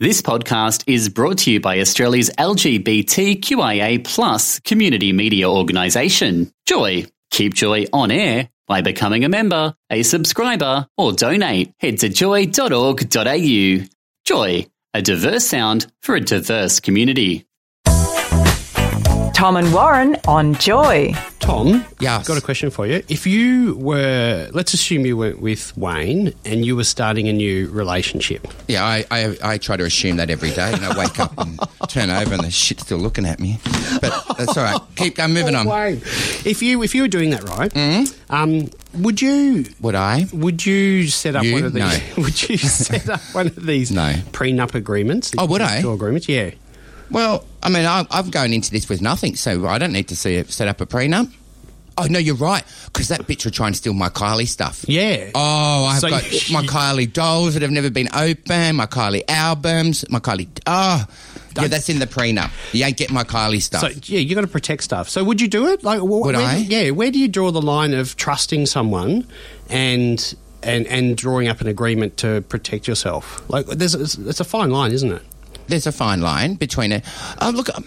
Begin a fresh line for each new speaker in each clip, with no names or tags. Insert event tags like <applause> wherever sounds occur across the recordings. This podcast is brought to you by Australia's LGBTQIA plus community media organisation, Joy. Keep Joy on air by becoming a member, a subscriber, or donate. Head to joy.org.au. Joy, a diverse sound for a diverse community.
Tom and Warren on Joy.
Tom,
Yes.
got a question for you. If you were, let's assume you went with Wayne and you were starting a new relationship.
Yeah, I, I, I try to assume that every day, and I wake up and turn over, and the shit's still looking at me. But that's all right. Keep going, moving on. Mm-hmm.
Wayne, if you if you were doing that right, um, would you
Would I?
would you set up
You?
one of these? <laughs>
No.
Would you set up one of these
No.
prenup agreements?
Oh, would I?
Mutual Agreements, yeah.
Well, I mean, I'm, I'm going into this with nothing, so I don't need to see it, set up a prenup. Oh no, you're right, because that bitch would try and steal my Kylie stuff.
Yeah.
Oh, I've
So
got
you-
my Kylie dolls that have never been opened, my Kylie albums, my Kylie. Oh, yeah, that's in the prenup. You ain't get my Kylie stuff.
So yeah, you got to protect stuff. So would you do it? Like, wh-
Would
where,
I?
Yeah, where do you draw the line of trusting someone and and and drawing up an agreement to protect yourself? Like, there's it's, it's a fine line, isn't it?
there's a fine line between it. Oh, look, um,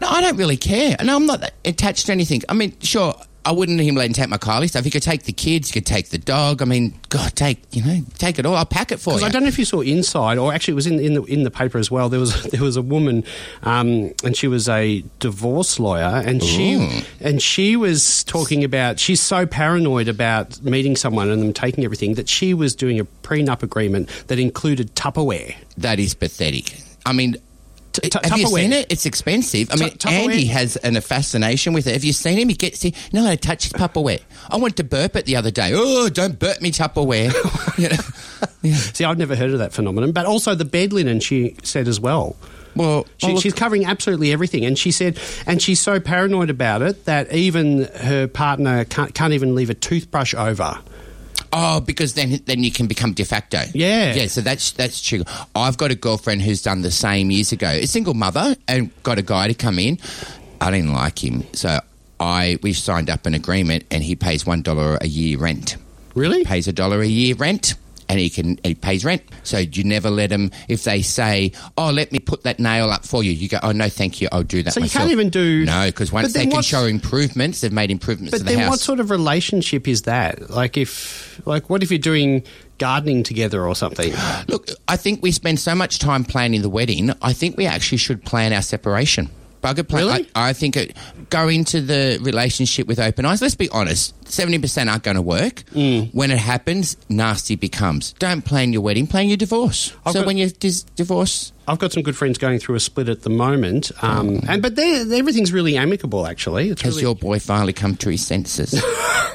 no, I don't really care. No, I'm not attached to anything. I mean, sure, I wouldn't let him let him take my Kylie stuff. He could take the kids, he could take the dog. I mean, God, take you know, take it all. I'll pack it for you.
I don't know if you saw Inside, or actually, it was in, in the in the paper as well. There was <laughs> there was a woman, um, and she was a divorce lawyer, and she and she was talking about she's so paranoid about meeting someone and them taking everything that she was doing a prenup agreement that included Tupperware.
That is pathetic. I mean.
T- t-
have you
Tupperware.
seen it? It's expensive. I
Tu-
mean,
Tupperware.
Andy has an, a fascination with it. Have you seen him? He gets he, no, I touch his Tupperware. I went to burp it the other day. Oh, don't burp me Tupperware. <laughs> you
<laughs>
know?
See, I've never heard of that phenomenon. But also the bed linen, she said as well.
Well,
She,
well, look-
she's covering absolutely everything, and she said, and she's so paranoid about it that even her partner can't, can't even leave a toothbrush over.
Oh, because then then you can become de facto.
Yeah.
yeah. So that's that's true. I've got a girlfriend who's done the same years ago. A single mother and got a guy to come in. I didn't like him, so I we signed up an agreement, and he pays one dollar a year rent.
Really?
Pays a dollar a year rent. And he can he pays rent, so you never let him. If they say, "Oh, let me put that nail up for you," you go, "Oh no, thank you, I'll do that."
So you
myself."
can't even do-
no, because
But
once
then
they can
what's-
show improvements, they've made improvements to
But
the
then,
house.
what sort of relationship is that? Like, if like, what if you're doing gardening together or
<gasps>
something?
Look, I think we spend so much time planning the wedding. I think we actually should plan our separation. Bugger plan.
Really?
I, I think it, go into the relationship with open eyes. Let's be honest. Seventy percent aren't going to work.
Mm.
When it happens, nasty becomes. Don't plan your wedding. Plan your divorce.
I've
so
got-
when you dis- divorce,
I've got some good friends going through a split at the moment, um, and but they're, everything's really amicable. Actually, it's
Oh. has
really,
your boy finally come to
<laughs>
his senses?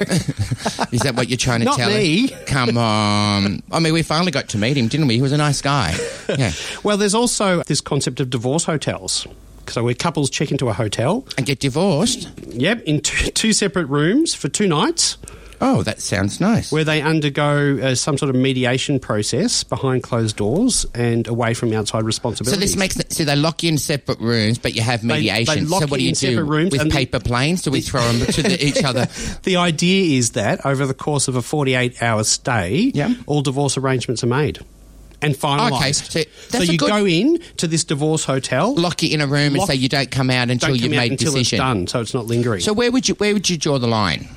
<laughs> Is that what you're trying to
Not
tell
me.
him? Come on. I mean, we finally got to meet him, didn't we? He was a nice guy.
<laughs>
Yeah.
well. There's also this concept of divorce hotels. So where couples check into a hotel,
And get divorced.
yep, in two, <laughs> two separate rooms for two nights,
Oh, that sounds nice.
where they undergo uh, some sort of mediation process behind closed doors and away from outside
So
responsibility.
this makes it- so they lock you in separate rooms, but you have mediation.
lock
so what do
you
you
in
do
separate rooms
with
and-
paper planes? Do we throw them to the, each
<laughs>
other?
The idea is that over the course of a 48 hour stay,
Yeah.
all divorce arrangements are made and finalised.
so that's a
you
good-
go in to this divorce hotel,
Lock you in a room
Lock-
and say you don't come out until
don't
you've
come out
made a
until
decision.
it's done, so it's not lingering.
So
So,
where would you where would you draw the line?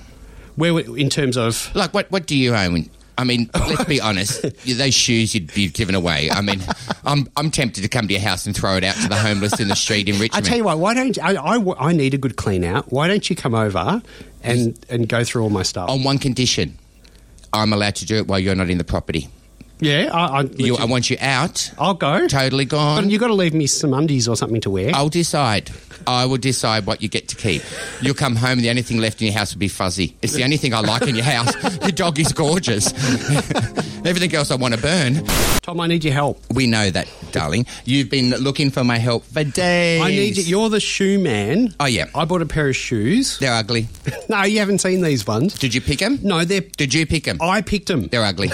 where we- in terms of
Like what what do you own? I mean, let's be
<laughs>
honest. you- Those shoes you'd be given away. I mean, I'm I'm tempted to come to your house and throw it out to the homeless in the street in
I
Richmond.
tell you what, why don't I, I w- I need a good clean out? Why don't you come over and and go through all my stuff?
on one condition, I'm allowed to do it while you're not in the property.
yeah, I, I,
You, I want you out,
will go.
totally gone.
But you got to leave me some undies or something to wear.
I'll decide. I will decide what you get to keep. You'll come home and the only thing left in your house will be fuzzy. It's the only thing I like in your house. <laughs> Your dog is gorgeous. <laughs> Everything else I want to burn.
Tom, I need your help.
We know that, darling. You've been looking for my help for days.
I need you. You're the shoe man.
Oh, yeah.
I bought a pair of shoes.
They're ugly.
No, you haven't seen these ones.
Did you pick them?
No, Oh. they're.
Did you pick them?
I picked them.
They're ugly.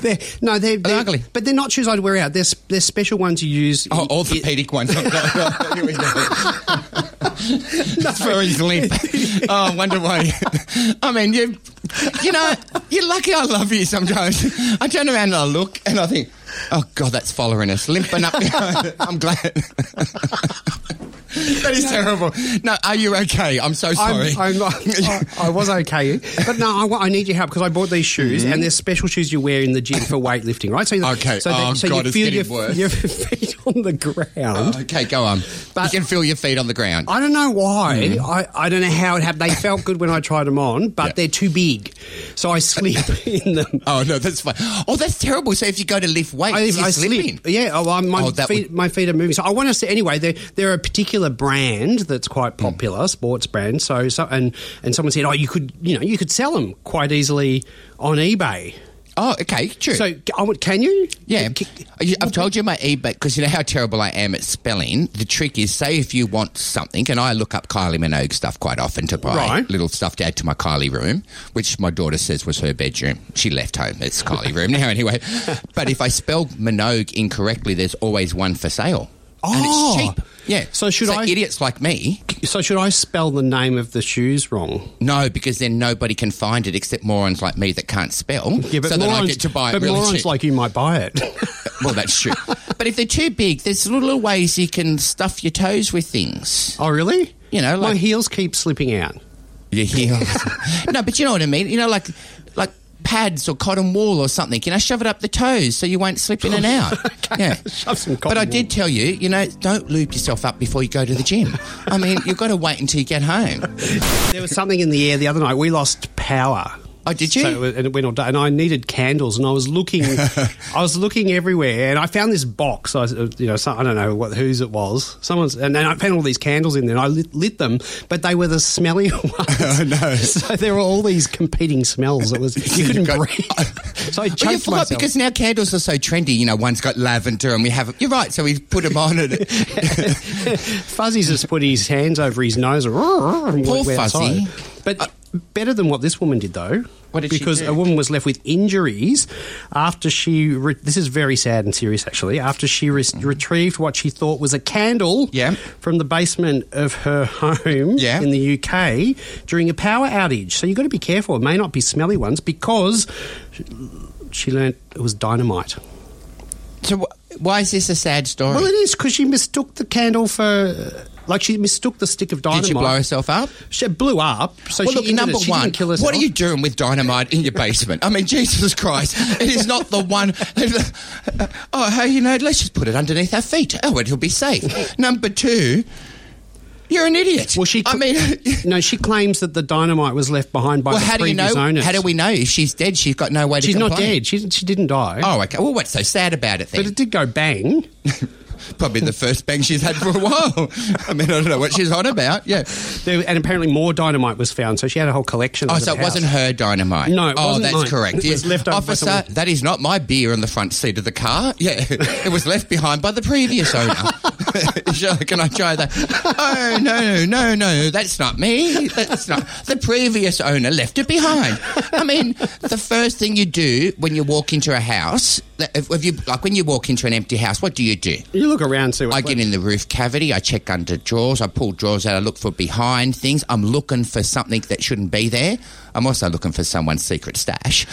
They're, no, they're, they're
ugly?
but they're not shoes I'd wear out. They're s- they're special ones you use.
Oh,
in- <laughs>
orthopedic ones. <laughs> Here we go. For his
<laughs>
limp. Oh, I wonder why. I mean, you, you know, you're lucky I love you sometimes. I turn around and I look and I think, Oh God, that's following us, limping up. <laughs> I'm glad.
<laughs>
that is terrible. No, are you okay? I'm so sorry.
I'm, I'm not,
<laughs>
I, I was okay, but no, I, wa- I need your help because I bought these shoes, and they're special shoes you wear in the gym for weightlifting, right? So,
Okay. Oh, God, it's getting
your, <laughs>
worse.
your feet on the ground.
okay, go on.
But-
you can feel your feet on the ground.
I don't know why. I, I don't know how it happened. They felt good when I tried them on, but
Mm-hmm. Yeah.
they're too big, so I sleep <laughs> in them.
oh no, that's fine. Oh, that's terrible. So if you go to lift weights,
I,
you're
I
slipping.
sleep. Yeah, oh, I'm- my
Oh, that
feet,
would-
my feet are moving. So I want to say anyway. There, there are a particular brand that's quite
Hmm.
popular, sports brand. So, so and and someone said, oh, you could, you know, you could sell them quite easily on eBay.
Oh, okay, true.
So, I want- can you?
Yeah,
C- c-
I- I've told you my eBay because you know how terrible I am at spelling. The trick is, say if you want something, and I look up Kylie Minogue stuff quite often to buy
Right.
little stuff to add to my Kylie room, which my daughter says was her bedroom. She left home; it's Kylie room
<laughs>
now, anyway. But if I spell Minogue incorrectly, there's always one for sale,
Oh.
and it's cheap. Yeah.
So should I-
Idiots like me,
So, should I spell the name of the shoes wrong?
no, because then nobody can find it except morons like me that can't spell. so then I
morons-
get to buy it
but
really
morons
cheap.
like you might buy it. <laughs>
Well, that's true. but if they're too big, there's little, little ways you can stuff your toes with things.
oh, really?
You know,
my
like-
heels keep slipping out.
Your heels. <laughs> no, but you know what I mean. You know, like like pads or cotton wool or something. You know, shove it up the toes so you won't slip in and
<laughs>
out. yeah.
Shove some
But
cotton
I
wool.
did tell you, you know, don't lube yourself up before you go to the gym. I mean, you've got to wait until you
<laughs>
get home.
There was something in the air the other night. We lost power.
Oh, did you?
So it was- and it went all day. And I needed candles, and I was
<laughs>
looking, I was looking everywhere, and I found this box. I, was, uh, you know, some, I don't know what whose it was. Someone's, and then I found all these candles in there. and I lit, lit them, but they were the smelly <laughs> ones.
<laughs>
no. So there were all these competing smells. It was you couldn't
got- <laughs>
breathe. so I
Well, you
choked
forgot
myself.
because now candles are so trendy. You know, one's got lavender, and we have. You're right. So we put them on, and
<laughs>
<laughs>
Fuzzy's just put his hands over his nose. and
Poor
went outside.
Fuzzy.
But better than what this woman did, though.
What did she
because
do?
a woman was left with injuries after she. Re- this is very sad and serious, actually. After she re- retrieved what she thought was a candle
Mm-hmm. Yeah.
from the basement of her home
Yeah.
in the UK during a power outage. So you've got to be careful. It may not be smelly ones because she, she learnt it was dynamite.
so wh- why is this a sad story?
Well, it is because she mistook the candle for. Like she mistook the stick of dynamite.
Did she blow herself up?
She blew up. So
well,
she
look,
ended
number
it. She
one,
didn't kill herself.
what are you doing with dynamite in your basement? I mean, Jesus Christ, it is not the one. <laughs> oh, hey, you know, let's just put it underneath our feet. Oh, it'll be safe. Number two, you're an idiot.
Well, she.
I mean,
<laughs>
<laughs>
no, she claims that the dynamite was left behind by
well,
the
how do you
previous
know?
owners.
How do we know if she's dead? She's got no way to.
She's not
complain.
dead. She she didn't die.
Oh, okay. Well, what's so sad about it then?
But it did go
<laughs>
bang.
Probably the first bang she's had for a while. <laughs> I mean, I don't know what she's on about. Yeah.
There, and apparently more dynamite was found. So she had a whole collection.
Oh,
of
so it
the house.
wasn't her dynamite.
No, it
oh,
wasn't
that's
mine.
correct.
It was
Yes.
left over by
Officer,
someone-
that is not my beer on the front seat of the car. Yeah, <laughs> it was left behind by the previous owner. <laughs> Sure, Can I try that? Oh no, no, no, that's not me. That's not the previous owner left it behind. I mean, the first thing you do when you walk into a house, that- if, if you like when you walk into an empty house, what do you do?
You look around and see what.
I get in the roof cavity. I check under drawers. I pull drawers out. I look for behind things. I'm looking for something that shouldn't be there. I'm also looking for someone's secret stash.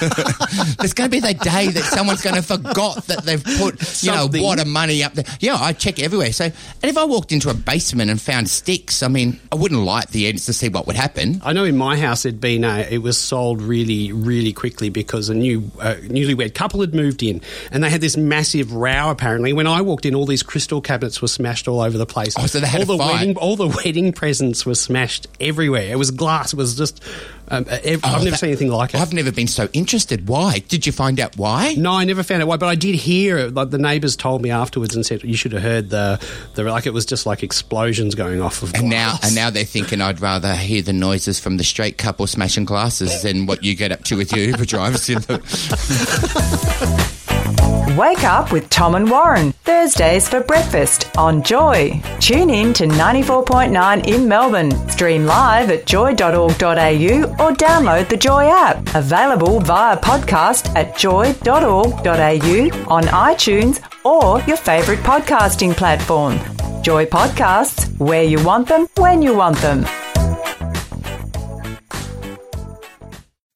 <laughs> There's going to be that day that someone's going to forgot that they've put you
Something.
know what of money up there. Yeah, I check everywhere. So, and if I walked into a basement and found sticks, I mean, I wouldn't light the ends to see what would happen.
I know in my house it'd been a, it was sold really really quickly because a new uh, newlywed couple had moved in and they had this massive row apparently. When I walked in, all these crystal cabinets were smashed all over the place.
Oh, so they had
all the
a fight.
wedding all the wedding presents were smashed everywhere. It was glass. It was just um, uh, ev- I've
Oh,
never
that-
seen anything like it.
I've never been so interested. Why? Did you find out why?
no, I never found out why, but I did hear. it. Like the neighbours told me afterwards and said you should have heard the the like it was just like explosions going off of
And now,
glass.
and now they're thinking I'd rather hear the noises from the straight couple smashing glasses than what you get up to with your Uber drivers. In the,
Wake up with Tom and Warren, Thursdays for breakfast on Joy. Tune in to 94.9 in Melbourne. Stream live at joy.org.au or download the Joy app. Available via podcast at joy.org.au on iTunes or your favourite podcasting platform. Joy Podcasts, where you want them, when you want them.